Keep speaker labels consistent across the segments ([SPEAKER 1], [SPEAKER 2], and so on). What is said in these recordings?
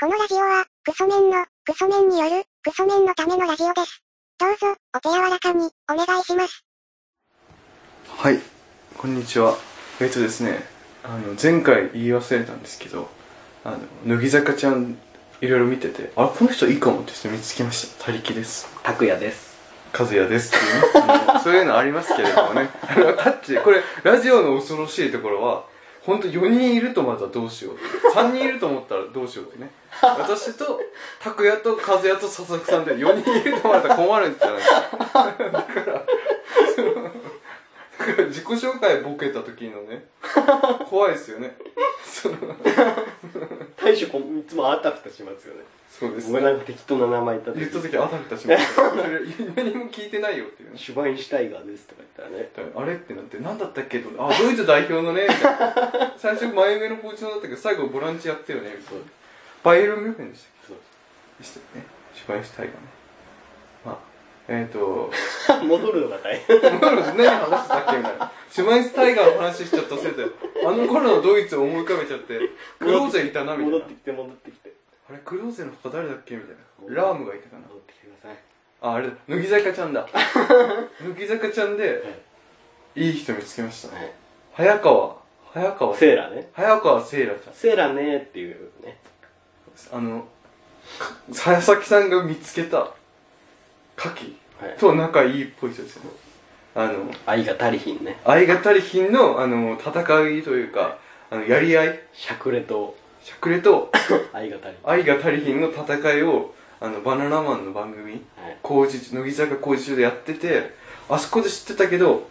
[SPEAKER 1] このラジオは、クソメンの、クソメンによる、クソメンのためのラジオです。どうぞ、お手柔らかに、お願いします。
[SPEAKER 2] はい、こんにちは。えっとですね、あの前回言い忘れたんですけど、あの乃木坂ちゃんいろいろ見てて、あこの人いいかもって人見つけました。他力です。
[SPEAKER 3] 拓也です
[SPEAKER 2] 和也ですっていうねあの、そういうのありますけれどもね。あのタッチこれラジオの恐ろしいところは。ほんと4人いるとまたどうしよう3人いると思ったらどうしようってね私と拓也と和也と佐々木さんで4人いるとまた困るんじゃないか自己紹介ボケた時のね怖いですよねその
[SPEAKER 3] 大将こういつもあたふたしますよね
[SPEAKER 2] そうです
[SPEAKER 3] 僕なんか適当な名前言った
[SPEAKER 2] 言った
[SPEAKER 3] 時
[SPEAKER 2] 時あたふたしましたそれ何も聞いてないよっていうね
[SPEAKER 3] シュバインシュタイガーですとか言ったらね
[SPEAKER 2] あれってなって何だったっけと思ってあドイツ代表のねみたいな 最初前目のポジションだったけど最後ボランチやってよねみたいなバイエルン・ミュンヘンでしたっ
[SPEAKER 3] そう
[SPEAKER 2] けでしたよね失敗したいがねまあえっ、ー、と
[SPEAKER 3] 戻るのが大変
[SPEAKER 2] 何話してたっけみたいなシュマイスタイガーの話しちゃったせいであの頃のドイツを思い浮かべちゃってクローゼいたなみたいな
[SPEAKER 3] 戻ってきて戻ってきて
[SPEAKER 2] あれクローゼの他誰だっけみたいなラームがいたかな
[SPEAKER 3] 戻ってきてください
[SPEAKER 2] ああれだ乃木坂ちゃんだ乃木坂ちゃんでいい人見つけました、
[SPEAKER 3] はい
[SPEAKER 2] 早川早川
[SPEAKER 3] セーラね
[SPEAKER 2] 早川せいらちゃん
[SPEAKER 3] セーラねっていうね
[SPEAKER 2] あのか佐々木さんが見つけたカキ
[SPEAKER 3] はい
[SPEAKER 2] と仲いいっぽい人ですよねあの
[SPEAKER 3] 愛が足りひんね
[SPEAKER 2] 相が足りひんのあの戦いというかあのやり合い
[SPEAKER 3] しゃくれと
[SPEAKER 2] しゃくれと
[SPEAKER 3] 愛が足り
[SPEAKER 2] 愛が足りひんの戦いをあのバナナマンの番組
[SPEAKER 3] はい
[SPEAKER 2] 工事中乃木坂工事中でやっててあそこで知ってたけど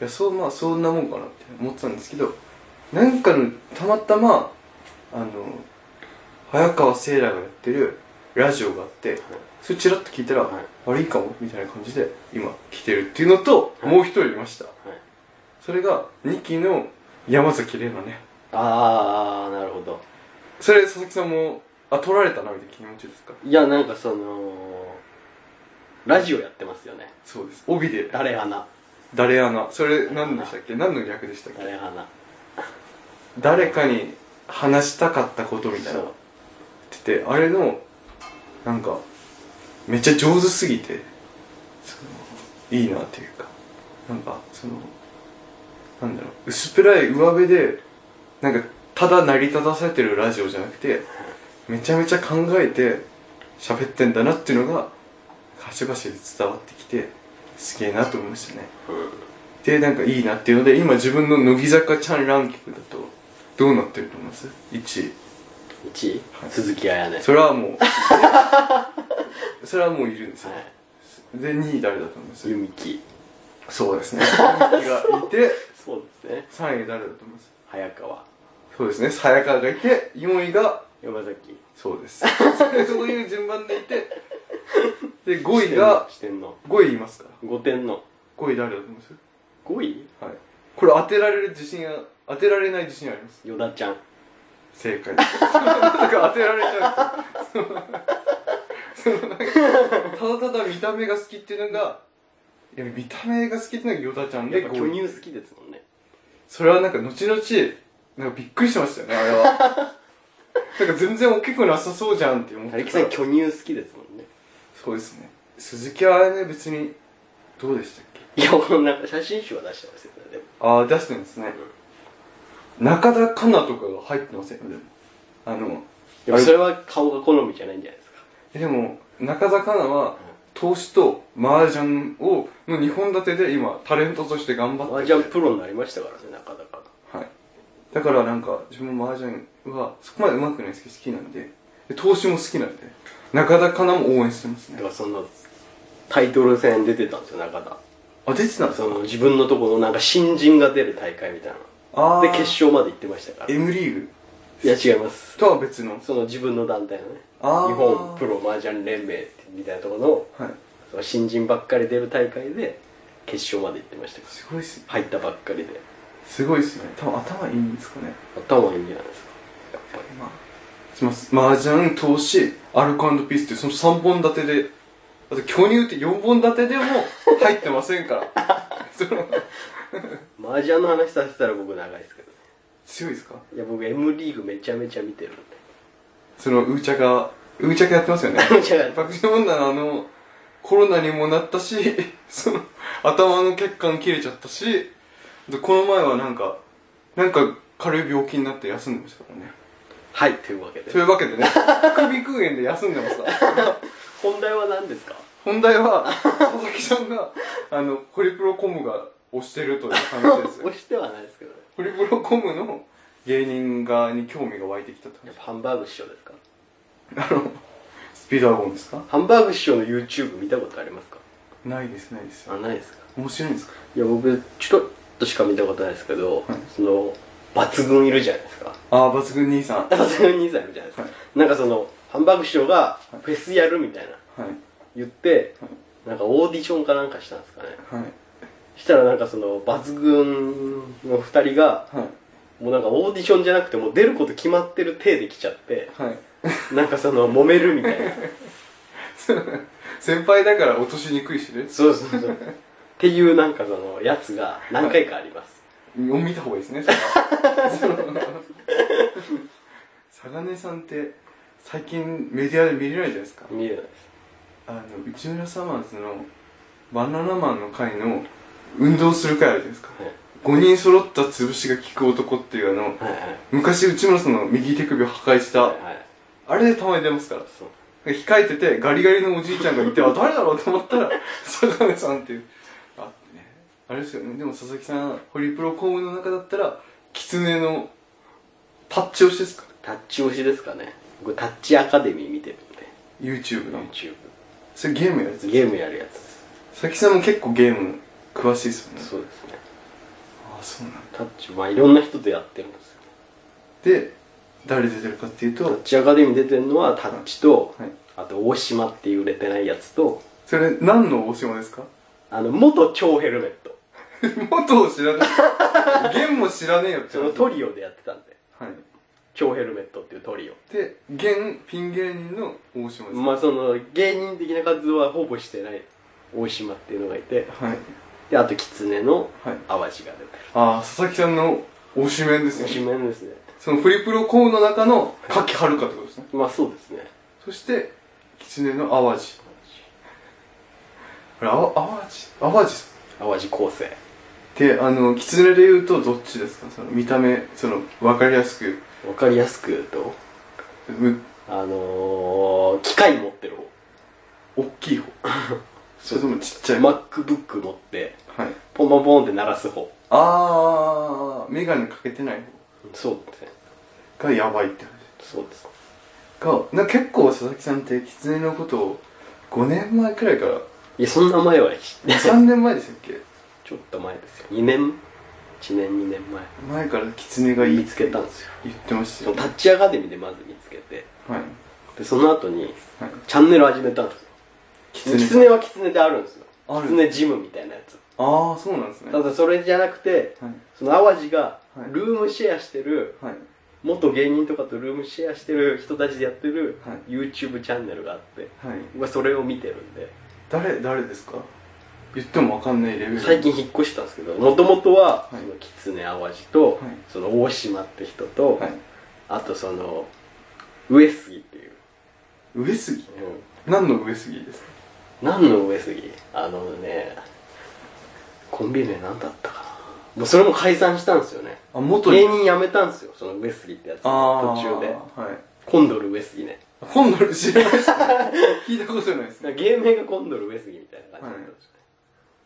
[SPEAKER 2] いやそうまあそんなもんかなって思ってたんですけどなんかのたまたまあの早川聖来がやってるラジオがあって、それチラッと聞いたら、
[SPEAKER 3] はい
[SPEAKER 2] あれいいかもみたいな感じで今来てるっていうのと、もう一人いました
[SPEAKER 3] はい
[SPEAKER 2] それが2期の山崎怜奈ね
[SPEAKER 3] ああなるほど
[SPEAKER 2] それ佐々木さんもあ取られたなみたいな気持ちですか
[SPEAKER 3] いやなんかそのラジオやってますよね
[SPEAKER 2] そうです帯で
[SPEAKER 3] 誰花
[SPEAKER 2] 誰穴それ何でしたっけ何の略でしたっけ
[SPEAKER 3] 誰花
[SPEAKER 2] 誰かに話したかったことみたいな
[SPEAKER 3] そ
[SPEAKER 2] っ
[SPEAKER 3] う
[SPEAKER 2] ててあれのなんかめっちゃ上手すぎてそのいいなっていうかなんかそのなんだろう薄っぺらい上辺でなんかただ成り立たせてるラジオじゃなくてめちゃめちゃ考えて喋ってんだなっていうのが端々で伝わってきてすげえなと思いましたねでなんかいいなっていうので今自分の乃木坂ちゃんランキングだとどうなってると思います ?1 位
[SPEAKER 3] 1位
[SPEAKER 2] はい
[SPEAKER 3] 鈴木彩音
[SPEAKER 2] それはもうそれはもういるんですよ、
[SPEAKER 3] はい
[SPEAKER 2] で2位誰だと思います
[SPEAKER 3] ユミキ
[SPEAKER 2] そうですね2位がいて
[SPEAKER 3] そうですね
[SPEAKER 2] 3位誰だと思います
[SPEAKER 3] 早川
[SPEAKER 2] そうですね早川がいて4位が
[SPEAKER 3] 山崎
[SPEAKER 2] そうです そういう順番でいてで5位が
[SPEAKER 3] 四天王
[SPEAKER 2] 5位いますから
[SPEAKER 3] 五天王
[SPEAKER 2] 5位誰だと思います
[SPEAKER 3] 5位
[SPEAKER 2] はいこれ当てられる自信は当てられない自信あります
[SPEAKER 3] 与田ちゃん
[SPEAKER 2] 正解です なんか当てられちゃうそのそのなんかただただ見た目が好きっていうのがいや見た目が好きっていうのがヨタちゃん
[SPEAKER 3] や
[SPEAKER 2] で
[SPEAKER 3] っぱ巨乳好きですもんね
[SPEAKER 2] それはなんか後々なんかびっくりしましたよねあれ はなんか全然大きくなさそうじゃんって思っ
[SPEAKER 3] 成
[SPEAKER 2] て
[SPEAKER 3] 木
[SPEAKER 2] た
[SPEAKER 3] さん巨乳好きですもんね
[SPEAKER 2] そうですね鈴木はね別にどうでしたっけ
[SPEAKER 3] いやもうなんか写真集は出してますよねでも
[SPEAKER 2] ああ出してるんですね、中田香奈とかが入ってませんよでもあの
[SPEAKER 3] でもそれは顔が好みじゃないんじゃないですか
[SPEAKER 2] えでも中田花奈は投資と麻雀をの2本立てで今タレントとして頑張って
[SPEAKER 3] 麻雀プロになりましたからねなかなか
[SPEAKER 2] はいだからなんか自分も麻雀はそこまで上手くないですけど好きなんでで投資も好きなんで中田花奈も応援してます
[SPEAKER 3] だ
[SPEAKER 2] ね
[SPEAKER 3] からそのタイトル戦出てたんですよ中田
[SPEAKER 2] あ出てたんです
[SPEAKER 3] そ
[SPEAKER 2] か
[SPEAKER 3] の自分のとこのなんか新人が出る大会みたい
[SPEAKER 2] あ
[SPEAKER 3] な
[SPEAKER 2] あ
[SPEAKER 3] で決勝まで行ってましたからい
[SPEAKER 2] M リーグ
[SPEAKER 3] や違います
[SPEAKER 2] とは別の
[SPEAKER 3] その自分の団体のね日
[SPEAKER 2] あー
[SPEAKER 3] 本プロ麻雀連盟みたいなところの
[SPEAKER 2] はい
[SPEAKER 3] その新人ばっかり出る大会で決勝まで行ってましたから
[SPEAKER 2] すごいっすね
[SPEAKER 3] 入ったばっかりです
[SPEAKER 2] ごいっすね多分頭いいんですかね
[SPEAKER 3] 頭いいんじゃないですかやっぱり
[SPEAKER 2] まあします麻雀投資アルコピースっていうその3本立てであと巨乳って4本立てでも入ってませんから その
[SPEAKER 3] 麻雀の話させたら僕長いですけどね
[SPEAKER 2] 強いですか
[SPEAKER 3] いや僕 M リーグめちゃめちゃ見てるんで
[SPEAKER 2] そのウーチャカウーチャカやってますよね
[SPEAKER 3] じゃあ
[SPEAKER 2] パクチ問題のあのコロナにもなったしその頭の血管切れちゃったしでこの前はなんかなんか軽い病気になって休んでましたからね
[SPEAKER 3] はいというわけで
[SPEAKER 2] というわけでね首空炎で休んでます
[SPEAKER 3] 本題は何ですか
[SPEAKER 2] 本題は佐々木さんがあのホリプロコムが推してるという話 です
[SPEAKER 3] 押してはないですけどね
[SPEAKER 2] ホリプロコムの芸人側に興味が湧いてきたと
[SPEAKER 3] やっぱハンバーグ師匠ですか
[SPEAKER 2] あのスピードワゴンですか
[SPEAKER 3] ハンバーグ師匠の YouTube 見たことありますか
[SPEAKER 2] ないですないです
[SPEAKER 3] あないですか
[SPEAKER 2] 面白いんですか
[SPEAKER 3] いや僕ちょろっとしか見たことないですけど、
[SPEAKER 2] はい
[SPEAKER 3] その抜群いるじゃないですか
[SPEAKER 2] ああ抜群兄さんはい
[SPEAKER 3] 抜群兄さんいるじゃないですか、
[SPEAKER 2] はい
[SPEAKER 3] なんかそのハンバーグ師匠がフェスやるみたいな言って、
[SPEAKER 2] はい
[SPEAKER 3] なんかオーディションかなんかしたんですかね
[SPEAKER 2] はい
[SPEAKER 3] したらなんかその抜群の2人が
[SPEAKER 2] はい
[SPEAKER 3] もうなんかオーディションじゃなくてもう出ること決まってる体で来ちゃって
[SPEAKER 2] はい
[SPEAKER 3] なんかその揉めるみたいな
[SPEAKER 2] 先輩だから落としにくいしね
[SPEAKER 3] そうそうそうっていうなんかそのやつが何回かあります、
[SPEAKER 2] 見た方がいいですねそれはその サガネさんって最近メディアで見れないじゃないですか
[SPEAKER 3] 見えないです
[SPEAKER 2] あの内村サマーズのバナナマンの会の運動する会あるじゃないですか
[SPEAKER 3] はい
[SPEAKER 2] 5人揃った潰しが効く男っていうあの
[SPEAKER 3] はいはい
[SPEAKER 2] 昔内村さんの右手首を破壊した
[SPEAKER 3] はいはい
[SPEAKER 2] あれでたまに出ますから
[SPEAKER 3] そう
[SPEAKER 2] 控えててガリガリのおじいちゃんがいてあ誰だろうと思ったら 坂根さんっていうあってねあれですよねでも佐々木さんホリプロ公務の中だったら狐のタッチ押しですか
[SPEAKER 3] タッチ推しですかね僕タッチアカデミー見てるんで
[SPEAKER 2] YouTube の
[SPEAKER 3] YouTube
[SPEAKER 2] それゲームやるやつ
[SPEAKER 3] ゲームやるやつです
[SPEAKER 2] 佐々木さんも結構ゲーム詳しいですよね
[SPEAKER 3] そうですね
[SPEAKER 2] ああそうなんだ
[SPEAKER 3] タッチまあいろんな人とやってるんですよ
[SPEAKER 2] で誰出てるかっていうと
[SPEAKER 3] タッチアカデミー出てるのはタッチと、
[SPEAKER 2] はい
[SPEAKER 3] あと大島っていう売れてないやつと
[SPEAKER 2] それ何の大島ですか
[SPEAKER 3] あの元超ヘルメット
[SPEAKER 2] 元を知らない弦も知らねえよって
[SPEAKER 3] そのトリオでやってたんで
[SPEAKER 2] はい
[SPEAKER 3] 超ヘルメットっていうトリオ
[SPEAKER 2] で弦ピン芸人の大島ですか
[SPEAKER 3] まあその芸人的な活動はほぼしてない大島っていうのがいて
[SPEAKER 2] はい
[SPEAKER 3] であと狐の
[SPEAKER 2] はい
[SPEAKER 3] 淡路が出て
[SPEAKER 2] ああ佐々木さんの推しメンです
[SPEAKER 3] る
[SPEAKER 2] よ
[SPEAKER 3] 推し
[SPEAKER 2] ね
[SPEAKER 3] メンですね
[SPEAKER 2] そのフリプロコーンの中の柿遥香ってことですね
[SPEAKER 3] まあそうですね
[SPEAKER 2] そして狐の淡路これあわ淡路淡路さん
[SPEAKER 3] 淡路構成
[SPEAKER 2] であの狐で言うとどっちですかその見た目その分かりやすく
[SPEAKER 3] わかりやすく言うと
[SPEAKER 2] む
[SPEAKER 3] あのー、機械持ってる方
[SPEAKER 2] 大きい方 それともちっちゃい、
[SPEAKER 3] MacBook 持って
[SPEAKER 2] はい
[SPEAKER 3] ポンポンポンって鳴らす方
[SPEAKER 2] あー、メガネかけてない
[SPEAKER 3] そうですね
[SPEAKER 2] 方がやばいって話。
[SPEAKER 3] そうです
[SPEAKER 2] が、な結構佐々木さんって狐のことを5年前くらい から、
[SPEAKER 3] いやそんな前は知って
[SPEAKER 2] 3年前でしたっけ
[SPEAKER 3] ちょっと前ですよ2年1年2年前
[SPEAKER 2] 前から狐がいい
[SPEAKER 3] 見
[SPEAKER 2] って
[SPEAKER 3] つけたんですよ
[SPEAKER 2] 言ってました
[SPEAKER 3] そ
[SPEAKER 2] よ
[SPEAKER 3] の。タッチアカデミーでまず見つけて
[SPEAKER 2] はい。
[SPEAKER 3] でその後に
[SPEAKER 2] はい。
[SPEAKER 3] チャンネル始めたんですよ
[SPEAKER 2] 狐。
[SPEAKER 3] 狐は狐であるんですよ
[SPEAKER 2] ある
[SPEAKER 3] 狐ジムみたいなやつ
[SPEAKER 2] あー、そうなんですね。
[SPEAKER 3] た
[SPEAKER 2] はい。
[SPEAKER 3] だそれじゃなくてその淡路が
[SPEAKER 2] はい
[SPEAKER 3] ルームシェアしてる
[SPEAKER 2] はい。
[SPEAKER 3] 元芸人とかとルームシェアしてる人たちでやってる
[SPEAKER 2] はい
[SPEAKER 3] YouTube チャンネルがあって
[SPEAKER 2] はい。
[SPEAKER 3] 僕はそれを見てるんで
[SPEAKER 2] 誰、誰ですか言ってもわかんないレベル。
[SPEAKER 3] 最近引っ越したんですけどもともとは
[SPEAKER 2] はい
[SPEAKER 3] その狐淡路と、
[SPEAKER 2] はい
[SPEAKER 3] その大島って人と、
[SPEAKER 2] はい。
[SPEAKER 3] あとその上杉っていう、
[SPEAKER 2] 上杉何の上杉ですか
[SPEAKER 3] 何の上杉あのねコンビ名何だったかなもうそれも解散したんですよね
[SPEAKER 2] あ、元
[SPEAKER 3] 芸人辞めたんですよその上杉ってやつ
[SPEAKER 2] あ
[SPEAKER 3] 途
[SPEAKER 2] ー。
[SPEAKER 3] 中で
[SPEAKER 2] はい。
[SPEAKER 3] コンドル上杉ね
[SPEAKER 2] 今度知らない ですね。聞いたことないですね。
[SPEAKER 3] なんか芸名がコンドル上杉みたいな感じだったんですよね、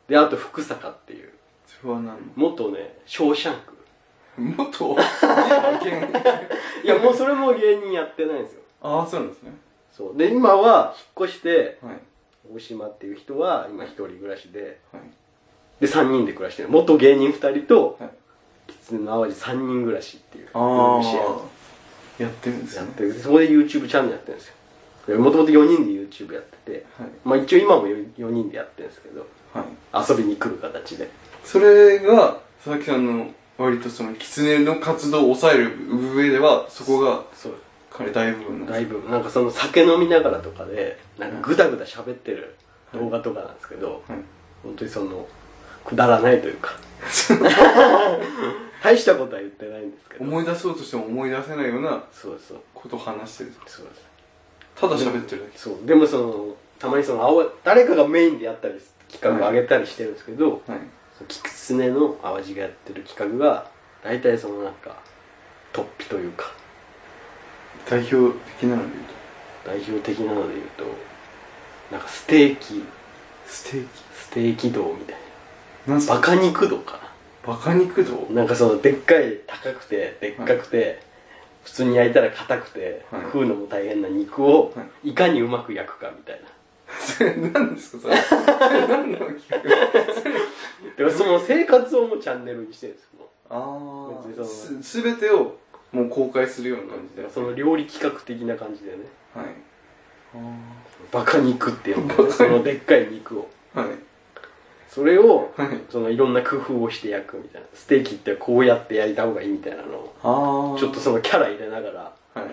[SPEAKER 3] であと福坂っていう
[SPEAKER 2] それは何の
[SPEAKER 3] 元ねショーシャンク
[SPEAKER 2] 元
[SPEAKER 3] いやもうそれも芸人やってないんですよ
[SPEAKER 2] ああそうなんですね
[SPEAKER 3] そうで今は引っ越して
[SPEAKER 2] はい
[SPEAKER 3] 大島っていう人は今一人暮らしで
[SPEAKER 2] はい
[SPEAKER 3] で3人で暮らしてる元芸人2人と
[SPEAKER 2] はい
[SPEAKER 3] 狐の淡路3人暮らしっていうルームシェア
[SPEAKER 2] ああやってるんです
[SPEAKER 3] や
[SPEAKER 2] ね
[SPEAKER 3] ってるそこで YouTube チャンネルやってるんですよもともと4人で YouTube やってて、
[SPEAKER 2] はい
[SPEAKER 3] まあ一応今も4人でやってるんですけど
[SPEAKER 2] はい
[SPEAKER 3] 遊びに来る形で
[SPEAKER 2] それが佐々木さんの割とその狐の活動を抑える上ではそこが
[SPEAKER 3] そう
[SPEAKER 2] 彼大部分なんです
[SPEAKER 3] だいぶなんかその酒飲みながらとかでなんかグダグダ喋ってる動画とかなんですけど、
[SPEAKER 2] はい
[SPEAKER 3] 本当にそのくだらないというか大したことは言ってないんですけど
[SPEAKER 2] 思い出そうとしても思い出せないような
[SPEAKER 3] そうそう
[SPEAKER 2] ことを話してる
[SPEAKER 3] そうです
[SPEAKER 2] ただ喋ってるだ
[SPEAKER 3] そうでもそのたまにその青誰かがメインでやったり企画を上げたりしてるんですけど、
[SPEAKER 2] けはい
[SPEAKER 3] その菊狐の淡路がやってる企画が大体そのなんか突飛というか
[SPEAKER 2] 代表的なので言うと
[SPEAKER 3] 代表的なので言うとなんかステーキ
[SPEAKER 2] ステー
[SPEAKER 3] ステーキ道みたい
[SPEAKER 2] キなんす
[SPEAKER 3] なバ
[SPEAKER 2] か
[SPEAKER 3] カ肉道か
[SPEAKER 2] バカ肉道
[SPEAKER 3] ななんかそのでっかい高くてでっかくて、普通に焼いたら硬くて、
[SPEAKER 2] はい
[SPEAKER 3] 食うのも大変な肉を
[SPEAKER 2] はい
[SPEAKER 3] かにうまく焼くかみたいな
[SPEAKER 2] それ何ですかそれそれ何の企画
[SPEAKER 3] でその生活をもうチャンネルにしてるんですよ
[SPEAKER 2] あ
[SPEAKER 3] 別
[SPEAKER 2] あ
[SPEAKER 3] にその
[SPEAKER 2] す全てをもう公開するような感じではい
[SPEAKER 3] その料理企画的な感じでね
[SPEAKER 2] あ
[SPEAKER 3] バカ肉っていうのかなそのでっかい肉を
[SPEAKER 2] ーはい
[SPEAKER 3] それを
[SPEAKER 2] はい
[SPEAKER 3] そのいろんな工夫をして焼くみたいなステーキってこうやって焼いた方がいいみたいなのを
[SPEAKER 2] ああ
[SPEAKER 3] ちょっとそのキャラ入れながら
[SPEAKER 2] は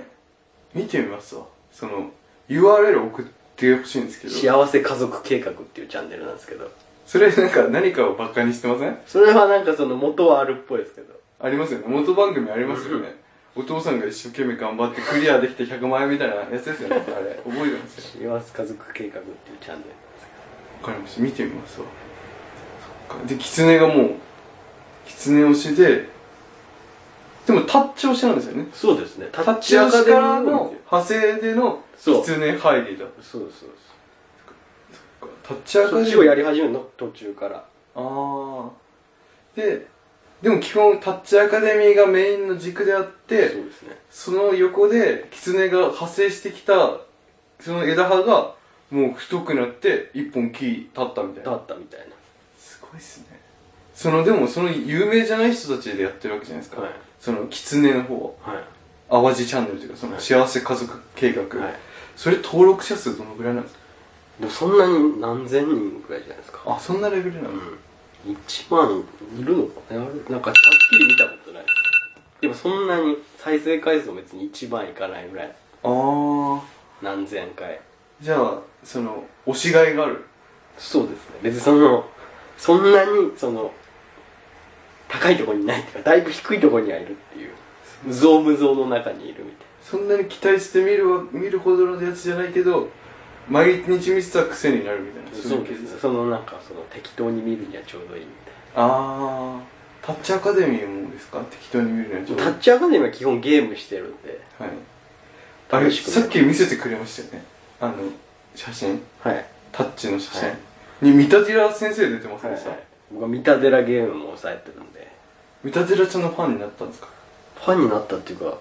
[SPEAKER 2] い見てみますわその URL 送ってほしいんですけど
[SPEAKER 3] 幸せ家族計画っていうチャンネルなんですけど
[SPEAKER 2] それなんか何かをバカにしてません
[SPEAKER 3] それはなんかその元はあるっぽいですけど
[SPEAKER 2] ありますよね元番組ありますよねお父さんが一生懸命頑張ってクリアできて100万円みたいなやつですよねあれ覚えてますよ
[SPEAKER 3] 幸せ家族計画っていうチャンネルなんです
[SPEAKER 2] わかりました見てみますわそっかで狐がもう狐推しででもタッチ推しなんですよね
[SPEAKER 3] けどそうですねタ
[SPEAKER 2] タッチ推しからの派生での
[SPEAKER 3] そう
[SPEAKER 2] 狐入りだ
[SPEAKER 3] そうですそうです
[SPEAKER 2] そっかタッチアカ
[SPEAKER 3] そっ
[SPEAKER 2] デミ
[SPEAKER 3] ちをや
[SPEAKER 2] ー
[SPEAKER 3] り始めるの途中から
[SPEAKER 2] ああででも基本タッチアカデミーがメインの軸であって
[SPEAKER 3] そうですね
[SPEAKER 2] その横で狐が派生してきたその枝葉がもう太くなって一本木立ったみたい
[SPEAKER 3] 立
[SPEAKER 2] な
[SPEAKER 3] ったみたい
[SPEAKER 2] すごいっすねそのでもその有名じゃない人たちでやってるわけじゃないですか、
[SPEAKER 3] はい
[SPEAKER 2] その狐の方
[SPEAKER 3] なは
[SPEAKER 2] 淡
[SPEAKER 3] い
[SPEAKER 2] 路チャンネルというかその
[SPEAKER 3] はい
[SPEAKER 2] 幸せ家族計画、
[SPEAKER 3] はい
[SPEAKER 2] それ登録者数どのぐらいなんですか
[SPEAKER 3] でもそんなに何千人ぐらいじゃないですか
[SPEAKER 2] あそんなレベルなの、
[SPEAKER 3] うん、1万いるのかななんかはっきり見たことないですでもそんなに再生回数も別に1万いかないぐらい
[SPEAKER 2] ああ
[SPEAKER 3] 何千回
[SPEAKER 2] じゃあその推しがいがある
[SPEAKER 3] そうですね別にそのそんなにその高いところにないっていうかだいぶ低いところにはいるっていう無造無造の中にいるみたい
[SPEAKER 2] そんなに期待して見るわ見るほどのやつじゃないけど毎日見てたら癖になるみたいな
[SPEAKER 3] な
[SPEAKER 2] そういうケース
[SPEAKER 3] そのなんかその適当に見るにはちょうどいいみ
[SPEAKER 2] あータッチアカデミーもですか適当に見るのはち
[SPEAKER 3] た
[SPEAKER 2] ょ
[SPEAKER 3] い
[SPEAKER 2] っ
[SPEAKER 3] な
[SPEAKER 2] と
[SPEAKER 3] タッチアカデミーは基本ゲームしてるんで
[SPEAKER 2] はいあれ
[SPEAKER 3] 楽しくね
[SPEAKER 2] さっき見せてくれましたよねあの写真
[SPEAKER 3] はい
[SPEAKER 2] タッチの写真、
[SPEAKER 3] はい
[SPEAKER 2] に三田寺先生出てませんでした、
[SPEAKER 3] 僕は三田寺ゲームも抑えてるんで
[SPEAKER 2] 三田寺ちゃんのファンになったんですか
[SPEAKER 3] ファンになったっていうか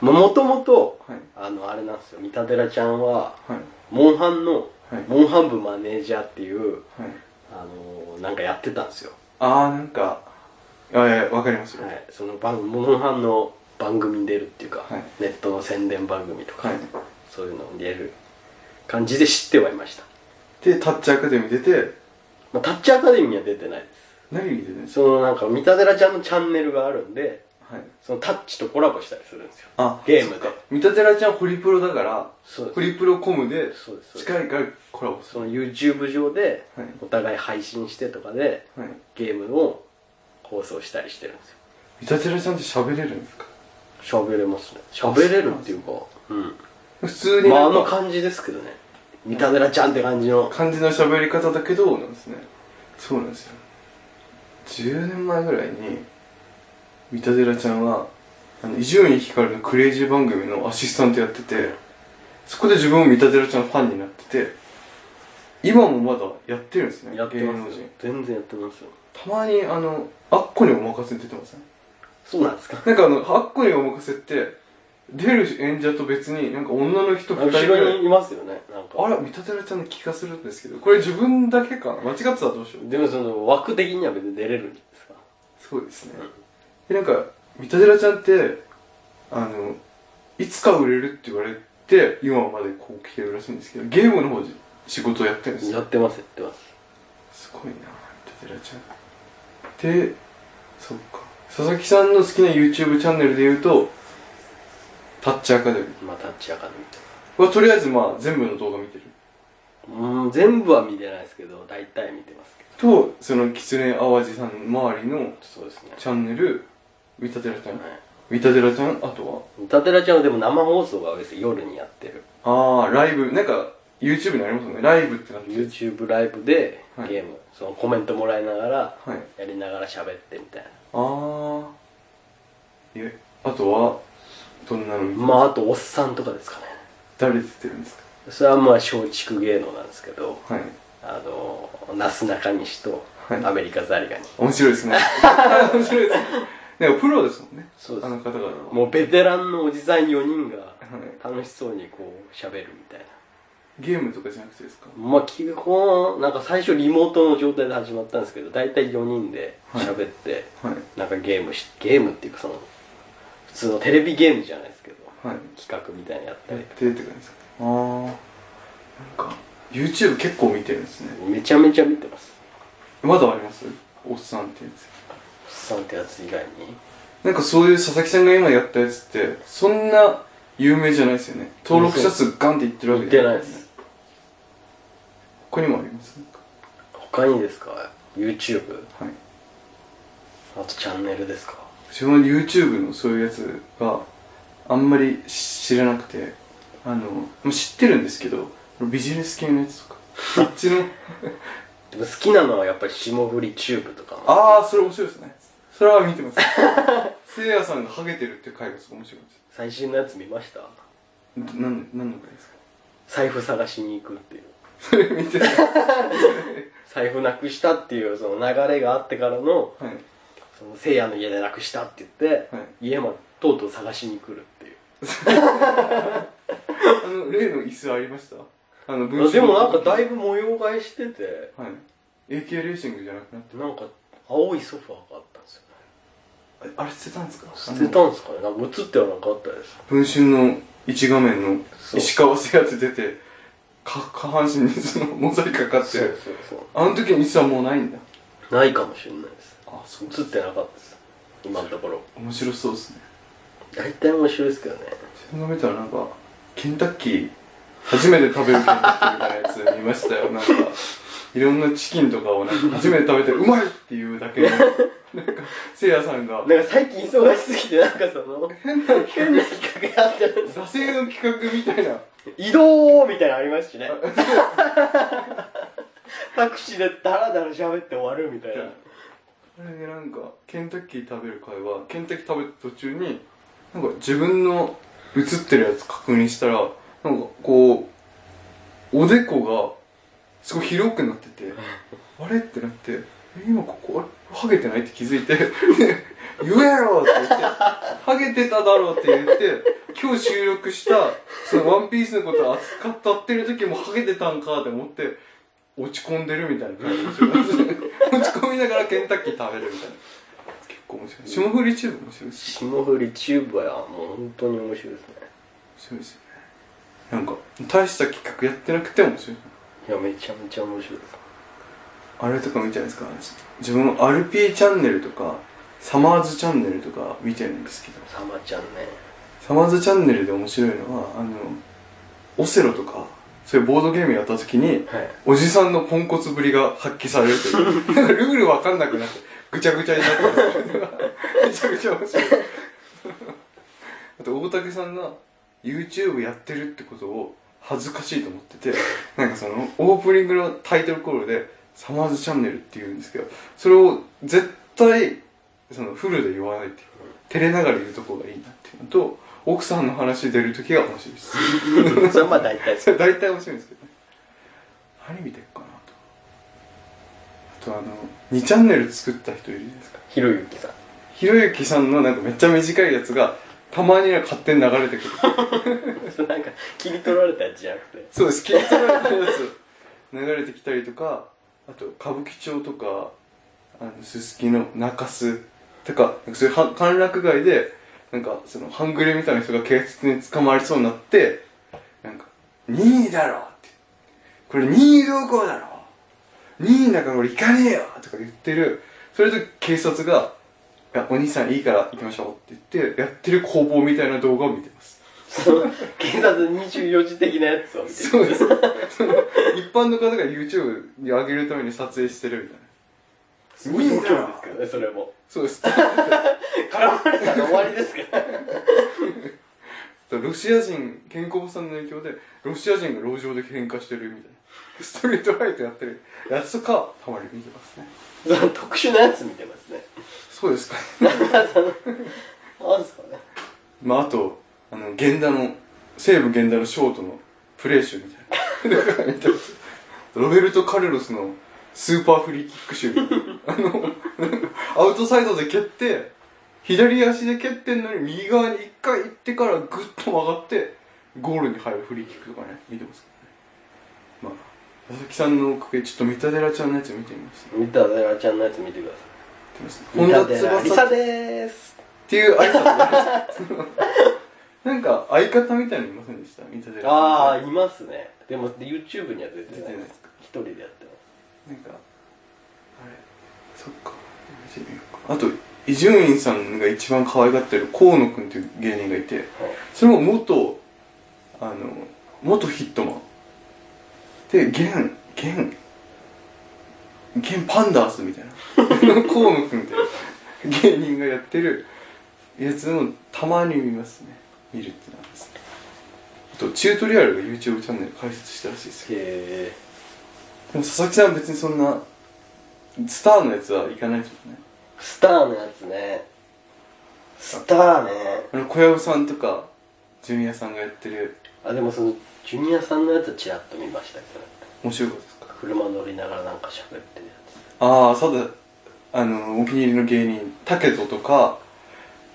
[SPEAKER 3] もともと
[SPEAKER 2] はい
[SPEAKER 3] あのあれなんですよ三田寺ちゃんは
[SPEAKER 2] はい
[SPEAKER 3] モンハンの、
[SPEAKER 2] はい
[SPEAKER 3] モンハン部マネージャーっていう
[SPEAKER 2] はい
[SPEAKER 3] あのーなんかやってたんですよ、
[SPEAKER 2] ああなんかあいやわかりますよ、
[SPEAKER 3] はい、その番モンハンの番組に出るっていうか、
[SPEAKER 2] はい
[SPEAKER 3] ネットの宣伝番組とか、
[SPEAKER 2] はい
[SPEAKER 3] そういうのに出る感じで知ってはいました、
[SPEAKER 2] でタッチアカデミー出て
[SPEAKER 3] まあ、タッチアカデミーには出てないで
[SPEAKER 2] 何に出てるんですす
[SPEAKER 3] そのなんか三田寺ちゃんのチャンネルがあるんで
[SPEAKER 2] かはい
[SPEAKER 3] そのタッチとコラボしたりするんですよ
[SPEAKER 2] あ
[SPEAKER 3] ゲームで
[SPEAKER 2] そっか三田寺ちゃんホリプロだから
[SPEAKER 3] そうです
[SPEAKER 2] ホリプロコムで
[SPEAKER 3] そうですそうです
[SPEAKER 2] 近いからコラボす
[SPEAKER 3] そ
[SPEAKER 2] る
[SPEAKER 3] の YouTube 上で
[SPEAKER 2] はい
[SPEAKER 3] お互い配信してとかで
[SPEAKER 2] はい
[SPEAKER 3] ゲームを放送したりしてるんですよ
[SPEAKER 2] 三田寺ちゃんって喋れるんですか
[SPEAKER 3] 喋れますね喋れるっていうかうん
[SPEAKER 2] 普通に
[SPEAKER 3] まあ
[SPEAKER 2] な
[SPEAKER 3] あ
[SPEAKER 2] んか
[SPEAKER 3] の感じですけどね三田寺ちゃんって感じの
[SPEAKER 2] 感じの喋り方だけどなんですねそうなんですよ10年前ぐらいに三田寺ちゃんはあの伊集院光のクレイジー番組のアシスタントやっててそこで自分も三田寺ちゃんファンになってて今もまだやってるんですね
[SPEAKER 3] やって
[SPEAKER 2] 芸
[SPEAKER 3] ま
[SPEAKER 2] 能
[SPEAKER 3] すよ
[SPEAKER 2] 人
[SPEAKER 3] 全然やってますよ
[SPEAKER 2] たまにあの「あっこにお任せ」って言ってません
[SPEAKER 3] そうなんですか
[SPEAKER 2] なんかあの「あっこにお任せ」って出る演者と別になんか女の人
[SPEAKER 3] 後
[SPEAKER 2] 2人ぐら
[SPEAKER 3] ろ
[SPEAKER 2] い
[SPEAKER 3] にいますよねなん
[SPEAKER 2] あ
[SPEAKER 3] から
[SPEAKER 2] 三田寺ちゃんの気がするんですけどこれ自分だけかな間違ってたらどうしよう
[SPEAKER 3] でもその枠的には別に出れるんですか
[SPEAKER 2] そうですね。で、なんか、三田寺ちゃんって、あの、いつか売れるって言われて、今までこう来てるらしいんですけど、ゲームの方で仕事をやってるんです
[SPEAKER 3] や
[SPEAKER 2] よ。
[SPEAKER 3] ってますやってます
[SPEAKER 2] すごいな、三田寺ちゃん。で、そっか。佐々木さんの好きな YouTube チャンネルで言うと、タッチアカデミ
[SPEAKER 3] まあタッチアカデミーとか
[SPEAKER 2] ーは、とりあえずまあ全部の動画見てる。
[SPEAKER 3] うん全部は見てないですけど大体見てますけど
[SPEAKER 2] と、その、狐淡路さん周りの
[SPEAKER 3] そうですね
[SPEAKER 2] チャンネル、ウィタテラちゃんウ
[SPEAKER 3] はい
[SPEAKER 2] ィタテラちゃんあと
[SPEAKER 3] 歌寺ちゃんはでも生放送が別に夜にやってる
[SPEAKER 2] はああライブなんか YouTube にありますよねライブってなって
[SPEAKER 3] YouTube ライブで
[SPEAKER 2] はい
[SPEAKER 3] ゲーム、そのコメントもらいながら
[SPEAKER 2] はい
[SPEAKER 3] やりながら喋ってみたい
[SPEAKER 2] ああえあとはどんなの見
[SPEAKER 3] な
[SPEAKER 2] て
[SPEAKER 3] まああとおっさんとかですかね
[SPEAKER 2] 誰出てるんです
[SPEAKER 3] それはまあ松竹芸能なんですけど
[SPEAKER 2] かはい
[SPEAKER 3] あのなすなかにしと
[SPEAKER 2] はい
[SPEAKER 3] アメリカザリガニ、
[SPEAKER 2] 面白い ですね面白いですねなんかプロですもんね
[SPEAKER 3] そうです
[SPEAKER 2] あの方々は
[SPEAKER 3] もうベテランのおじさん4人が
[SPEAKER 2] はい
[SPEAKER 3] 楽しそうにこう喋るみたいな
[SPEAKER 2] ゲームとかじゃなくてですか
[SPEAKER 3] まあ基本なんか最初リモートの状態で始まったんですけど大体4人で喋って、
[SPEAKER 2] はい
[SPEAKER 3] なんかゲームしゲームっていうかその普通のテレビゲームじゃないですけど
[SPEAKER 2] はい
[SPEAKER 3] 企画みたいなのやった
[SPEAKER 2] やっ
[SPEAKER 3] り
[SPEAKER 2] てるって感じですかああーなんか YouTube 結構見てるんですね
[SPEAKER 3] めちゃめちゃ見てます
[SPEAKER 2] まだありますおっさんってやつ
[SPEAKER 3] おっさんってやつ以外に
[SPEAKER 2] なんかそういう佐々木さんが今やったやつってそんな有名じゃないですよね登録者数ガンっていってるわけ
[SPEAKER 3] 見てないです
[SPEAKER 2] 他にもあります
[SPEAKER 3] 他にですか YouTube
[SPEAKER 2] はい
[SPEAKER 3] あとチャンネルですか
[SPEAKER 2] 自分は YouTube のそういうやつがあんまり知らなくてあのまあ知ってるんですけどビジネス系のやつ とかそっちの
[SPEAKER 3] でも好きなのはやっぱり霜降りチューブとかも
[SPEAKER 2] ああそれ面白いですねそれは見て ますせいやさんがハゲてるっていう回がすごい面白いです
[SPEAKER 3] 最新のやつ見ました
[SPEAKER 2] 何何の回ですか
[SPEAKER 3] 財布探しに行くっていう
[SPEAKER 2] それ見てないです
[SPEAKER 3] 財布なくしたっていうその流れがあってからの
[SPEAKER 2] はい
[SPEAKER 3] そのせいやの家でなくしたって言って、
[SPEAKER 2] はい
[SPEAKER 3] 家までとうとう探しに来るっていう
[SPEAKER 2] あの例の椅子ありましたあの
[SPEAKER 3] あでもなんかだ
[SPEAKER 2] い
[SPEAKER 3] いぶ模様替えしてて
[SPEAKER 2] はい AK レーシングじゃなくなって
[SPEAKER 3] なんか青いソファーがあったんですよね
[SPEAKER 2] ああれ捨てたんですか
[SPEAKER 3] 捨てたんですかねなんか映ってはなんかあったです
[SPEAKER 2] 文春の一画面の
[SPEAKER 3] そう
[SPEAKER 2] 石川せやって出てか下半身に そのモザイクかかって
[SPEAKER 3] そうそうそ
[SPEAKER 2] あの時に椅子はもうないんだ
[SPEAKER 3] うないかもしれないです
[SPEAKER 2] あそ
[SPEAKER 3] 映ってなかったです今のところ
[SPEAKER 2] 面白そうですね
[SPEAKER 3] 大体面白いですけどね
[SPEAKER 2] 自分が見たらなんかケンタッキー初めて食べるケンタッキーみたいなやつ見ましたよなんかいろんなチキンとかをなんか初めて食べてうまいっていうだけでなんかせいやさんが
[SPEAKER 3] なんか最近忙しすぎてなんかその変な企画やってるんです
[SPEAKER 2] 惰性の企画みたいな
[SPEAKER 3] 移動みたいなのありますしねタクシーでダラダラ喋って終わるみたいな
[SPEAKER 2] あれねなんかケンタッキー食べる会はケンタッキー食べる途中になんか自分の映ってるやつ確認したらなんかこうおでこがすごい広くなっててあれってなってえ今ここあれハゲてないって気づいて で言えろって言ってハゲてただろうって言って今日収録したそのワンピースのこと扱ったってる時もハゲてたんかって思って落ち込んでるみたいな感じですよ 落ち込みながらケンタッキー食べるみたいな結構面白い霜降りチューブ面白いです
[SPEAKER 3] 霜降りチューブはもう本当に面白いで
[SPEAKER 2] 面
[SPEAKER 3] すね
[SPEAKER 2] 白いですよねなんか大した企画やってなくても面白い
[SPEAKER 3] いやめちゃめちゃ面白いです
[SPEAKER 2] あれとか見てないですか自分 RP チャンネルとかサマーズチャンネルとか見てるんですけど
[SPEAKER 3] サマちゃんね
[SPEAKER 2] サマーズチャンネルで面白いのはあのオセロとかそういうボードゲームやった時に
[SPEAKER 3] はい
[SPEAKER 2] おじさんのポンコツぶりが発揮されるというなんかルールわかんなくなってぐちゃぐちゃになってますめちゃくちゃ面白いあと大竹さんが YouTube やってるってことを恥ずかしいと思っててなんかそのオープニングのタイトルコールで「サマーズチャンネル」って言うんですけどそれを絶対そのフルで言わないっていう照れながら言うとこがいいなっていうのと奥さんの話出るときが面白いです
[SPEAKER 3] それはまあ大体です
[SPEAKER 2] それ大体面白いんですけどね何見てるかなとあとあの2チャンネル作った人いるじゃないですか
[SPEAKER 3] ひろゆきさん
[SPEAKER 2] ひろゆきさんのなんかめっちゃ短いやつがたまには勝手に流れてくる
[SPEAKER 3] それなんか切り取られたやつじゃなくて
[SPEAKER 2] そうです切り取られてるやつ流れてきたりとかあと歌舞伎町とかあのすすきの中洲とかなんかそういうは歓楽街でなんかその半グレみたいな人が警察に捕まりそうになってなんか「任意だろ!」ってこれ任意同行だろ任意だから俺行かねえよとか言ってるそれで警察が「いやお兄さんいいから行きましょう」って言ってやってる攻防みたいな動画を見てます
[SPEAKER 3] その警察24時的なやつを見て
[SPEAKER 2] そうです。その一般の方が YouTube に上げるために撮影してるみたいな。
[SPEAKER 3] すごい度胸ですからね、それも。
[SPEAKER 2] そうです。
[SPEAKER 3] 絡まれたら終わりですから。
[SPEAKER 2] ロシア人、健康さんの影響で、ロシア人が路上で喧嘩してるみたいな。ストリートファイトやってるやつとか、たまに見てますね。
[SPEAKER 3] その特殊なやつ見てますね。
[SPEAKER 2] そうですかね。
[SPEAKER 3] なんですかね。
[SPEAKER 2] まあ、あと、あの、源田の、西武源田のショートのプレー集みたいな。だから見てますロベルト・カルロスのスーパーフリーキック集みたいな。あの、アウトサイドで蹴って、左足で蹴ってんのに右側に一回行ってからグッと曲がって、ゴールに入るフリーキックとかね、見てますからね。まあ、佐々木さんのおかげでちょっと三田寺ちゃんのやつ見てみます。
[SPEAKER 3] 見たらちゃんのやつ見てくださ
[SPEAKER 2] 見てます
[SPEAKER 3] い。
[SPEAKER 2] 本田
[SPEAKER 3] あり
[SPEAKER 2] 翼
[SPEAKER 3] さでーす。
[SPEAKER 2] っていう挨拶があるんですよ なんか相方みたいのいませんでした三田寺
[SPEAKER 3] あ
[SPEAKER 2] あ
[SPEAKER 3] ー、いますね。でも、YouTube には出て
[SPEAKER 2] 出
[SPEAKER 3] な
[SPEAKER 2] て
[SPEAKER 3] い
[SPEAKER 2] ないですか。
[SPEAKER 3] 一人でやって
[SPEAKER 2] な
[SPEAKER 3] ます。
[SPEAKER 2] んかあれそっか見てみようかあと伊集院さんが一番可愛がってる河野くんっていう芸人がいて
[SPEAKER 3] はい
[SPEAKER 2] それも元あの元ヒットマンで現現現パンダースみたいな 河野くんっていう芸人がやってるやつもたまに見ますね見るってなんですねあとチュートリアルが YouTube チャンネル開設したらしいですよ
[SPEAKER 3] へ
[SPEAKER 2] でも佐々木さんは別にそんなスターのやつはいかないですもんね
[SPEAKER 3] ースターのやつねスターね
[SPEAKER 2] あの小籔さんとかジュニアさんがやってる
[SPEAKER 3] あでもそのジュニアさんのやつちらっと見ましたけどね
[SPEAKER 2] 面白いことですか
[SPEAKER 3] 車乗りながらなんか喋ってるや
[SPEAKER 2] ああさだあのお気に入りの芸人武人とか、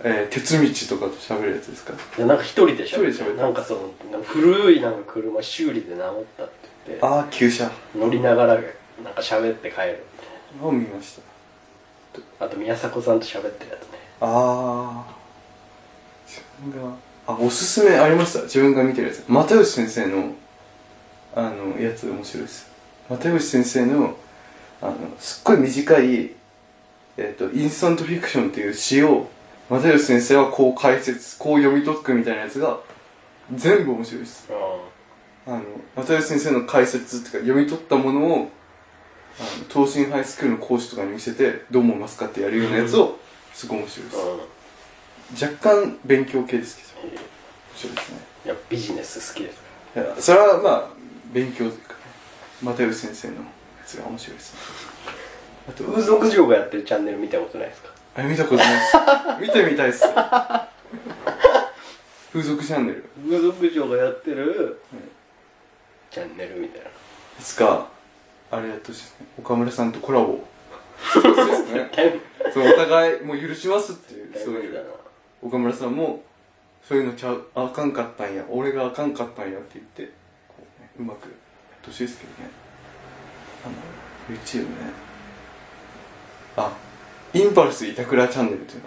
[SPEAKER 2] えー、鉄道とかと喋るやつですか
[SPEAKER 3] ついやなんか一人で喋
[SPEAKER 2] 一人で喋ってる
[SPEAKER 3] なんかそのなんか古いなんか車修理で直ったって言って
[SPEAKER 2] ああ旧車
[SPEAKER 3] 乗りながらなんか喋って帰るみたい
[SPEAKER 2] を見ました
[SPEAKER 3] なあと宮迫さんと喋ってるやつね
[SPEAKER 2] ああ自分があおすすめありました自分が見てるやつ又吉先生のあのやつ面白いです又吉先生のあのすっごい短い、えっとインスタントフィクションっていう詩を又吉先生はこう解説こう読み解くみたいなやつが全部面白いです
[SPEAKER 3] う
[SPEAKER 2] あの又吉先生の解説っていうか読み取ったものをあの東進ハイスクールの講師とかに見せてどう思いますかってやるようなやつをすごい面白いです
[SPEAKER 3] んうん
[SPEAKER 2] 若干勉強系ですけどそうですね
[SPEAKER 3] いやビジネス好きです
[SPEAKER 2] いやそれはまあ勉強というかね又吉先生のやつが面白いですねあと
[SPEAKER 3] 風俗嬢がやってるチャンネル見たことないですか
[SPEAKER 2] あれ見たことないです 見てみたいっす風俗チャンネル い
[SPEAKER 3] 風俗嬢がやってる
[SPEAKER 2] ん
[SPEAKER 3] チャンネルみたいな
[SPEAKER 2] つかあれやってほしいですね岡村さんとコラ ボそうですね
[SPEAKER 3] だいぶ
[SPEAKER 2] そうお互いもう許しますっていう
[SPEAKER 3] だい
[SPEAKER 2] そう
[SPEAKER 3] ぶ
[SPEAKER 2] い
[SPEAKER 3] だ
[SPEAKER 2] う
[SPEAKER 3] な
[SPEAKER 2] 岡村さんもそういうのちゃうあかんかったんや俺があかんかったんやって言ってこう,、ね、うまくやってほしいですけどねあの YouTube ねあインパルス板倉チャンネルっていうの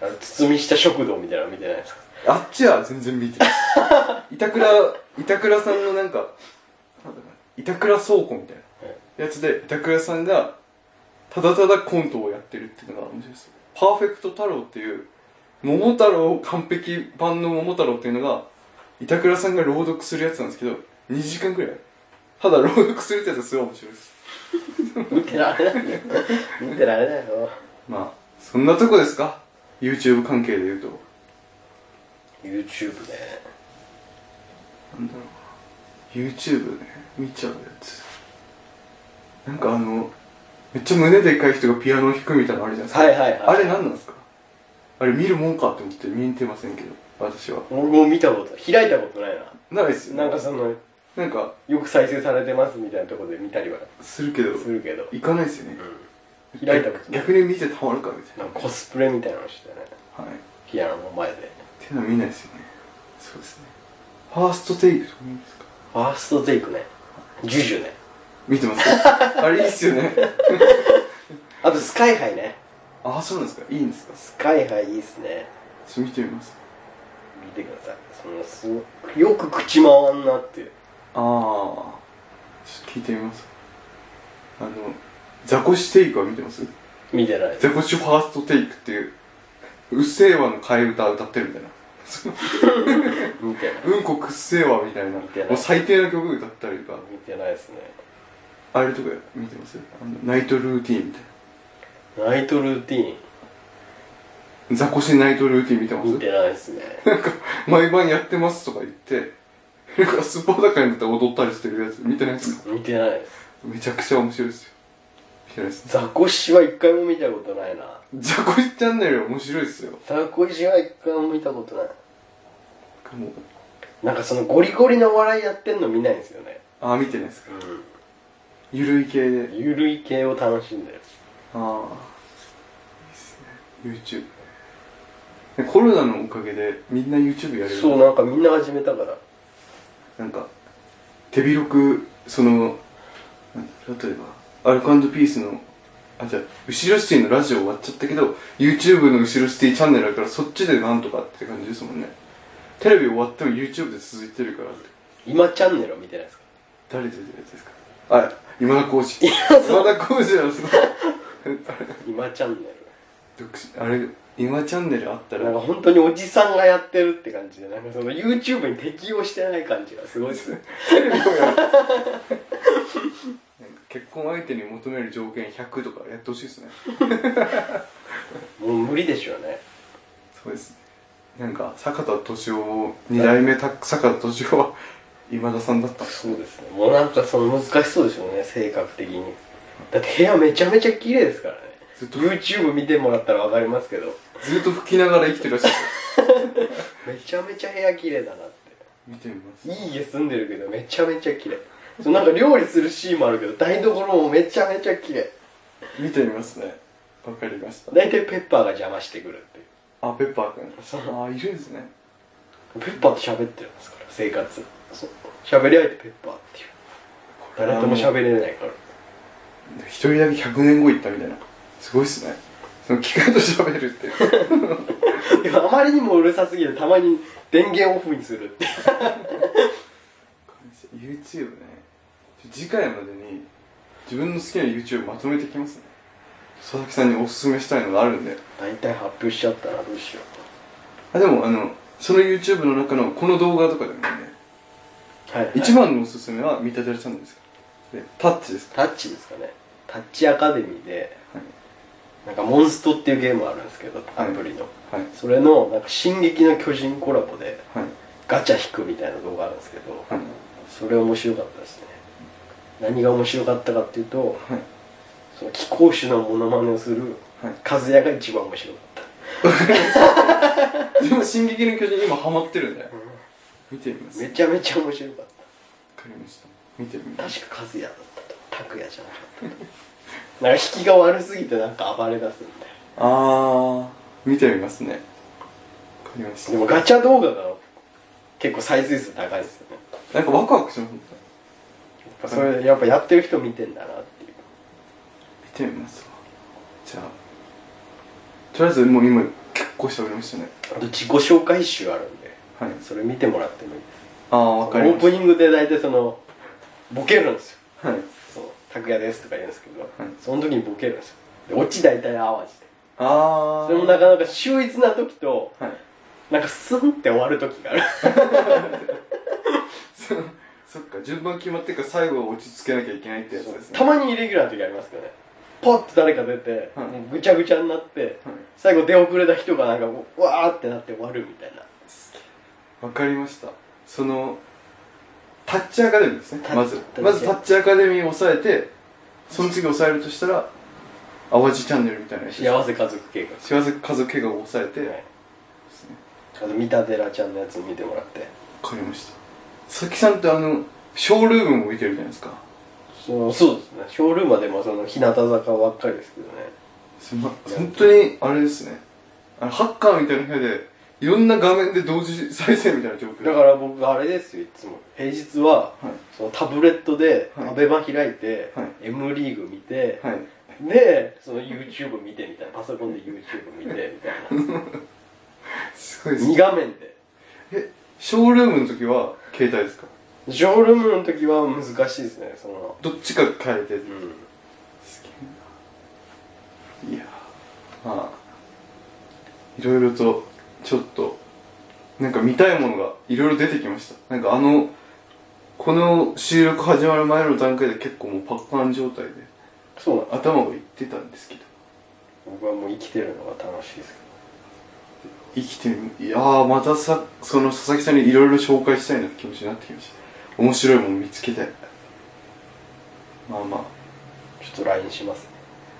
[SPEAKER 2] が
[SPEAKER 3] あの包みした食堂みたいなの見てないですか
[SPEAKER 2] あってあっちは全然見てない板倉板倉さんのなんかなんだかな板倉倉庫みたいなやつで板倉さんがただただコントをやってるっていうのが面白いですパーフェクト太郎っていう桃太郎完璧版の桃太郎っていうのが板倉さんが朗読するやつなんですけど2時間くらいただ朗読するってやつがすごい面白いです
[SPEAKER 3] 見てられないよ見てられないよ
[SPEAKER 2] まあそんなとこですか YouTube 関係で言うと
[SPEAKER 3] YouTube ね
[SPEAKER 2] なんだろう YouTube ね見ちゃうやつなんかあのめっちゃ胸でかい人がピアノを弾くみたいなのあるじゃないですか
[SPEAKER 3] はいはいはい
[SPEAKER 2] あれ何なんですかあれ見るもんかって思って見てませんけど私は
[SPEAKER 3] 俺も見たこと開いたことないな
[SPEAKER 2] ないですよ
[SPEAKER 3] なんかその
[SPEAKER 2] なんか
[SPEAKER 3] よく再生されてますみたいなところで見たりは
[SPEAKER 2] するけど
[SPEAKER 3] するけど、
[SPEAKER 2] 行かないですよね
[SPEAKER 3] うん、開いたことない
[SPEAKER 2] 逆に見てたまるかみたい
[SPEAKER 3] なんかコスプレみたいなのしてね
[SPEAKER 2] なはいっ
[SPEAKER 3] ピアノの前で
[SPEAKER 2] ていうのは見ないですよねそうですねファーストテイクとか見ますか
[SPEAKER 3] ファーストテイクねジュジュね
[SPEAKER 2] 見てます あれいいっすよね
[SPEAKER 3] あとスカイハイね
[SPEAKER 2] ああそうなんですかいいんですか
[SPEAKER 3] スカイハイいいっすね
[SPEAKER 2] ちょっと見てみます
[SPEAKER 3] 見てくださいそのすごよく口回んなっていう
[SPEAKER 2] ああちょっと聞いてみますあのザコシテイクは見てます
[SPEAKER 3] 見てないです
[SPEAKER 2] ザコシファーストテイクっていううっせぇわの替え歌歌ってるみたいな
[SPEAKER 3] 見てない
[SPEAKER 2] うんこくっせぇわみたいなも
[SPEAKER 3] てないう
[SPEAKER 2] 最低な曲歌ったりとか
[SPEAKER 3] 見てないですね
[SPEAKER 2] あれとか見てますあのナイトルーティーンみたいな
[SPEAKER 3] ナイトルーティ
[SPEAKER 2] ザコシナイトルーティン見てま
[SPEAKER 3] ーン見
[SPEAKER 2] す
[SPEAKER 3] てないですね。
[SPEAKER 2] なんか毎晩やってますとか言ってなんかスポーダカになったら踊ったりしてるやつ見てないですか
[SPEAKER 3] 見てないです。
[SPEAKER 2] めちゃくちゃ面白いですよ見てないです
[SPEAKER 3] ザコシは一回も見たことないな。
[SPEAKER 2] ザコシチャンネル面白いですよ
[SPEAKER 3] ザコシは一回も見たことない。
[SPEAKER 2] もう
[SPEAKER 3] なんかそのゴリゴリの笑いやってんの見ないんですよね。
[SPEAKER 2] ああ見てないですか
[SPEAKER 3] うん。
[SPEAKER 2] ゆるい系で
[SPEAKER 3] ゆるい系を楽しんでる。
[SPEAKER 2] ああいいですね YouTube コロナのおかげでみんな YouTube やれる
[SPEAKER 3] そう、なんかみんな始めたから。
[SPEAKER 2] なんか手広くそのなん例えばアルコピースのあじゃあ後ろシティのラジオ終わっちゃったけど YouTube の後ろシティチャンネルあるからそっちでなんとかって感じですもんねテレビ終わっても YouTube で続いてるからって
[SPEAKER 3] 今チャンネルを見てないですか
[SPEAKER 2] 誰出てるやつですかあ今田耕司今田耕司なんですか
[SPEAKER 3] 今チャンネ
[SPEAKER 2] 独身あれ今チャンネルあった
[SPEAKER 3] ル。なん
[SPEAKER 2] ら
[SPEAKER 3] か本当におじさんがやってるって感じで、なんかその YouTube に適応してない感じがすごいですね。
[SPEAKER 2] テレビをやるなんか結婚相手に求める条件100とかやってほしいですね
[SPEAKER 3] もう無理でしょうね。
[SPEAKER 2] そうですねなんか坂田敏夫二代目た坂田敏夫は今田さんだった
[SPEAKER 3] そうですね。もうなんかその難しそうでしょうね、性格的に。だって部屋めちゃめちゃ綺麗ですからね。
[SPEAKER 2] ずっと
[SPEAKER 3] YouTube 見てもらったらわかりますけど、
[SPEAKER 2] ずっと吹きながら生きてるらしいですよ
[SPEAKER 3] めちゃめちゃ部屋綺麗だなって。
[SPEAKER 2] 見てみます
[SPEAKER 3] いい家住んでるけど、めちゃめちゃ綺麗。そうなんか料理するシーンもあるけど、台所もめちゃめちゃ綺麗。
[SPEAKER 2] 見てみますねわかりました
[SPEAKER 3] 大体ペッパーが邪魔してくるっていう。
[SPEAKER 2] あペッパー君
[SPEAKER 3] そう
[SPEAKER 2] あいるんですね
[SPEAKER 3] ペッパーと喋ってるんですから、生活。そう喋り合えてペッパーっていう。誰とも
[SPEAKER 2] あの
[SPEAKER 3] 喋れないから。
[SPEAKER 2] 一人だけ100年後行ったみたいなすごいっすねその機械と喋るって
[SPEAKER 3] でもあまりにもうるさすぎて、たまに電源オフにするっていう。
[SPEAKER 2] YouTube ね次回までに自分の好きな YouTube まとめてきますね佐々木さんにおすすめしたいのがあるんで
[SPEAKER 3] 大体発表しちゃったらどうしよう。
[SPEAKER 2] あでもあのその YouTube の中のこの動画とかでもね
[SPEAKER 3] はい、はい。
[SPEAKER 2] 一番のおすすめは見立てられたんですかでタッチですか
[SPEAKER 3] タッチですかねタッチアカデミーで、
[SPEAKER 2] はい
[SPEAKER 3] なんかモンストっていうゲームあるんですけどアプリの、
[SPEAKER 2] はい
[SPEAKER 3] それのなんか「進撃の巨人」コラボで
[SPEAKER 2] はい
[SPEAKER 3] ガチャ引くみたいな動画あるんですけど、
[SPEAKER 2] はい
[SPEAKER 3] それ面白かったですね何が面白かったかっていうと
[SPEAKER 2] はい
[SPEAKER 3] その貴公子のモノマネをする
[SPEAKER 2] はい
[SPEAKER 3] 和也が一番面白かっ
[SPEAKER 2] でも「進撃の巨人」今ハマってるんで
[SPEAKER 3] た、
[SPEAKER 2] 見てみます
[SPEAKER 3] め
[SPEAKER 2] わ
[SPEAKER 3] ちゃめちゃ面白かっ
[SPEAKER 2] かりました見てみ
[SPEAKER 3] た
[SPEAKER 2] ます
[SPEAKER 3] 確か和也だったと拓也じゃなかったとなんか引きが悪すぎてなんか暴れ出すんだよ
[SPEAKER 2] あー見てみますねわかりまし
[SPEAKER 3] でもガチャ動画が結構再生数高いですよね
[SPEAKER 2] たなんかワクワクしますね
[SPEAKER 3] それやっぱやってる人見てんだなっていう
[SPEAKER 2] 見てみますわじゃあとりあえずもう今結構喋りましたね
[SPEAKER 3] あと自己紹介集あるんで
[SPEAKER 2] はい
[SPEAKER 3] それ見てもらってもいいで
[SPEAKER 2] ああわ
[SPEAKER 3] す
[SPEAKER 2] かり
[SPEAKER 3] オ
[SPEAKER 2] ま
[SPEAKER 3] ープ
[SPEAKER 2] し
[SPEAKER 3] ニングで大体そのボケるんですよ
[SPEAKER 2] たはい
[SPEAKER 3] そう「拓哉です」とか言うんですけど、
[SPEAKER 2] い
[SPEAKER 3] その時にボケるんですよでオチ大体淡路で
[SPEAKER 2] ああ
[SPEAKER 3] それもなかなか秀逸な時と
[SPEAKER 2] はい
[SPEAKER 3] なんかスンって終わる時がある
[SPEAKER 2] そそっか順番決まってから最後は落ち着けなきゃいけないってやつですね
[SPEAKER 3] たまにイレギュラーの時ありますけどねポッと誰か出て、
[SPEAKER 2] はい
[SPEAKER 3] もうぐちゃぐちゃになって
[SPEAKER 2] はい
[SPEAKER 3] 最後出遅れた人がなんかもうわーってなって終わるみたいな
[SPEAKER 2] わかりましたそのタッチアカデミーですね
[SPEAKER 3] タッ
[SPEAKER 2] まず
[SPEAKER 3] タッチ
[SPEAKER 2] まずタッチアカデミーを抑えてその次抑えるとしたら淡路チャンネルみたいなやつです
[SPEAKER 3] 幸せ家族計画
[SPEAKER 2] 幸せ家族計画を抑えて、
[SPEAKER 3] はい
[SPEAKER 2] ですね
[SPEAKER 3] あと三田寺ちゃんのやつも見てもらって
[SPEAKER 2] わかりました佐々木さんってあのショールームも見てるじゃないですか
[SPEAKER 3] そうそうですねショールームはでもその日向坂ばっかりですけどね
[SPEAKER 2] すま本当にあれですねあのハッカーみたいな部屋でいろんな画面で同時再生みたいな状況
[SPEAKER 3] だから僕あれですよいつも平日は、
[SPEAKER 2] はい
[SPEAKER 3] そのタブレットで
[SPEAKER 2] はい
[SPEAKER 3] アベマ開いて、
[SPEAKER 2] はい
[SPEAKER 3] M リーグ見て、
[SPEAKER 2] はい
[SPEAKER 3] でその YouTube 見てみたいなパソコンで YouTube 見てみ たいな
[SPEAKER 2] すごいです
[SPEAKER 3] 2画面で
[SPEAKER 2] えショールームの時は携帯ですか
[SPEAKER 3] ショールームの時は難しいですねその
[SPEAKER 2] どっちか変えて
[SPEAKER 3] うん
[SPEAKER 2] いやーまあいろいろとちょっとなんか見たいものがいろいろ出てきましたなんかあのこの収録始まる前の段階で結構もうパッカン状態で
[SPEAKER 3] そうなんで
[SPEAKER 2] 頭がいってたんですけど
[SPEAKER 3] 僕はもう生きてるのが楽しいですけ
[SPEAKER 2] 生きてみいやーまたさその佐々木さんにいろいろ紹介したいなって気持ちになってきました面白いもん見つけてまあまあ
[SPEAKER 3] どちょっと LINE します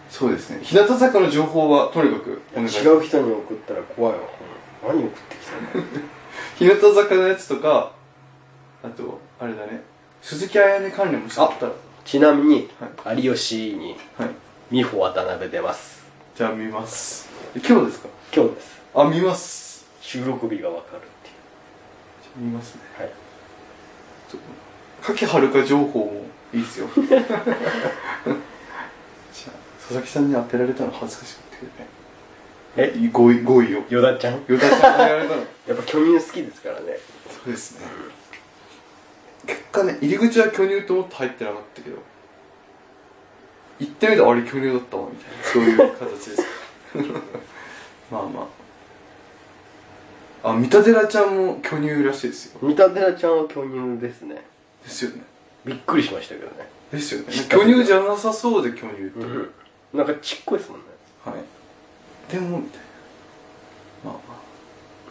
[SPEAKER 2] そうですね日向坂の情報はとにかくお願いし
[SPEAKER 3] 違
[SPEAKER 2] ます
[SPEAKER 3] う人に送ったら怖いわ何送ってきたんだよ
[SPEAKER 2] 日向坂のやつとかあとあれだね鈴木彩音関連もしあったら
[SPEAKER 3] ちなみに、
[SPEAKER 2] は
[SPEAKER 3] 有吉に
[SPEAKER 2] はい
[SPEAKER 3] 美穂渡辺出ます
[SPEAKER 2] じゃあ見ますえ今日ですか
[SPEAKER 3] 今日です
[SPEAKER 2] あ見ます
[SPEAKER 3] 収録日がわかるってい
[SPEAKER 2] じゃあ見ますね
[SPEAKER 3] うはい
[SPEAKER 2] ちょっと柿遥か情報もいいですよじゃあ佐々木さんに当てられたの恥ずかしくてね
[SPEAKER 3] え
[SPEAKER 2] 5位5位を
[SPEAKER 3] よだちゃん
[SPEAKER 2] よだちゃんにやられたの
[SPEAKER 3] やっぱ巨乳好きですからね
[SPEAKER 2] そうですね結果ね入り口は巨乳と思って入ってなかったけど行ってみたらあれ巨乳だったわみたいなそういう形です まあまああ三田寺ちゃんも巨乳らしいですよ
[SPEAKER 3] 三田寺ちゃんは巨乳ですね
[SPEAKER 2] ですよね
[SPEAKER 3] びっくりしましたけどね
[SPEAKER 2] ですよね巨乳じゃなさそうで巨乳って、
[SPEAKER 3] なんかちっこいですもんね
[SPEAKER 2] はいでもみたいなまあまあ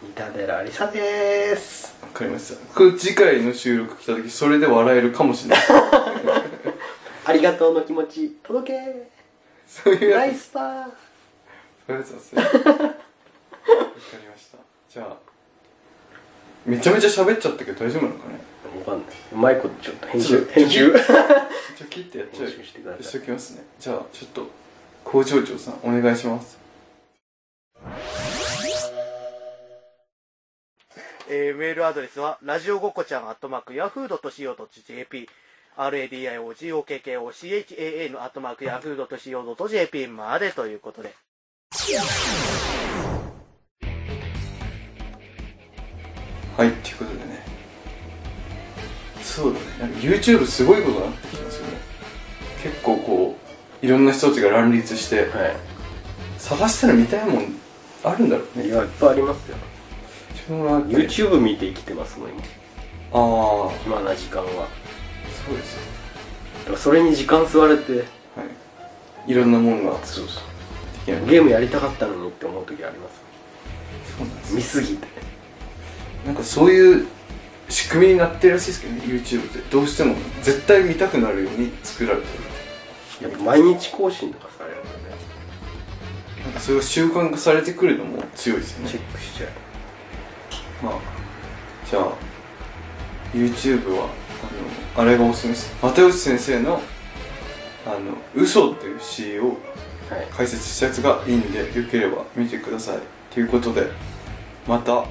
[SPEAKER 3] 三田寺ありさでーす
[SPEAKER 2] わかりましたこれ次回の収録来た時それで笑えるかもしれない
[SPEAKER 3] ありがとうの気持ち届け
[SPEAKER 2] そういうや
[SPEAKER 3] ナイ
[SPEAKER 2] つ
[SPEAKER 3] スパー
[SPEAKER 2] そういうやつなんですねわかりましたじゃあめちゃめちゃ喋っちゃったけど大丈夫なのかね
[SPEAKER 3] わかんないうまいことちょっと編
[SPEAKER 2] ちょっ
[SPEAKER 3] 集
[SPEAKER 2] と
[SPEAKER 3] 編 集
[SPEAKER 2] じゃあ切ってやっちゃう
[SPEAKER 3] 編集してください
[SPEAKER 2] しときますねじゃあちょっと工場長さんお願いします
[SPEAKER 4] えーメールアドレスは、ラジオごっこちゃん、アットマーク、ヤフードと .co.jp、radiogokochan、アットマーク、ヤフードと .co.jp までということで。
[SPEAKER 2] はいっていうことでねそうだねなんか YouTube すごいことになってきてますよね結構こういろんな人たちが乱立して
[SPEAKER 3] は
[SPEAKER 2] 探したら見たいもんあるんだろう
[SPEAKER 3] いい
[SPEAKER 2] ね
[SPEAKER 3] やいっぱいありますよ
[SPEAKER 2] 自分は
[SPEAKER 3] YouTube 見て生きてますもん今
[SPEAKER 2] ああ
[SPEAKER 3] 暇な時間は
[SPEAKER 2] そうですよ
[SPEAKER 3] だからそれに時間吸われて
[SPEAKER 2] はいいろんなものが
[SPEAKER 3] そうそ
[SPEAKER 2] できないう
[SPEAKER 3] ゲームやりたかったのにって思う時あります
[SPEAKER 2] そうなんです
[SPEAKER 3] 見す ぎて
[SPEAKER 2] なんかそういう仕組みになってるらしいですけどね YouTube ってどうしても絶対見たくなるように作られて
[SPEAKER 3] やっぱ毎日更新とかされるんだね
[SPEAKER 2] るなんかそれが習慣化されてくるのも強いですよね
[SPEAKER 3] チェックしちゃう
[SPEAKER 2] まあじゃあ YouTube はあのあれがおすすめです又吉先生の「あの嘘っていう詩を
[SPEAKER 3] はい
[SPEAKER 2] 解説したやつがいいんでよければ見てくださいということでまた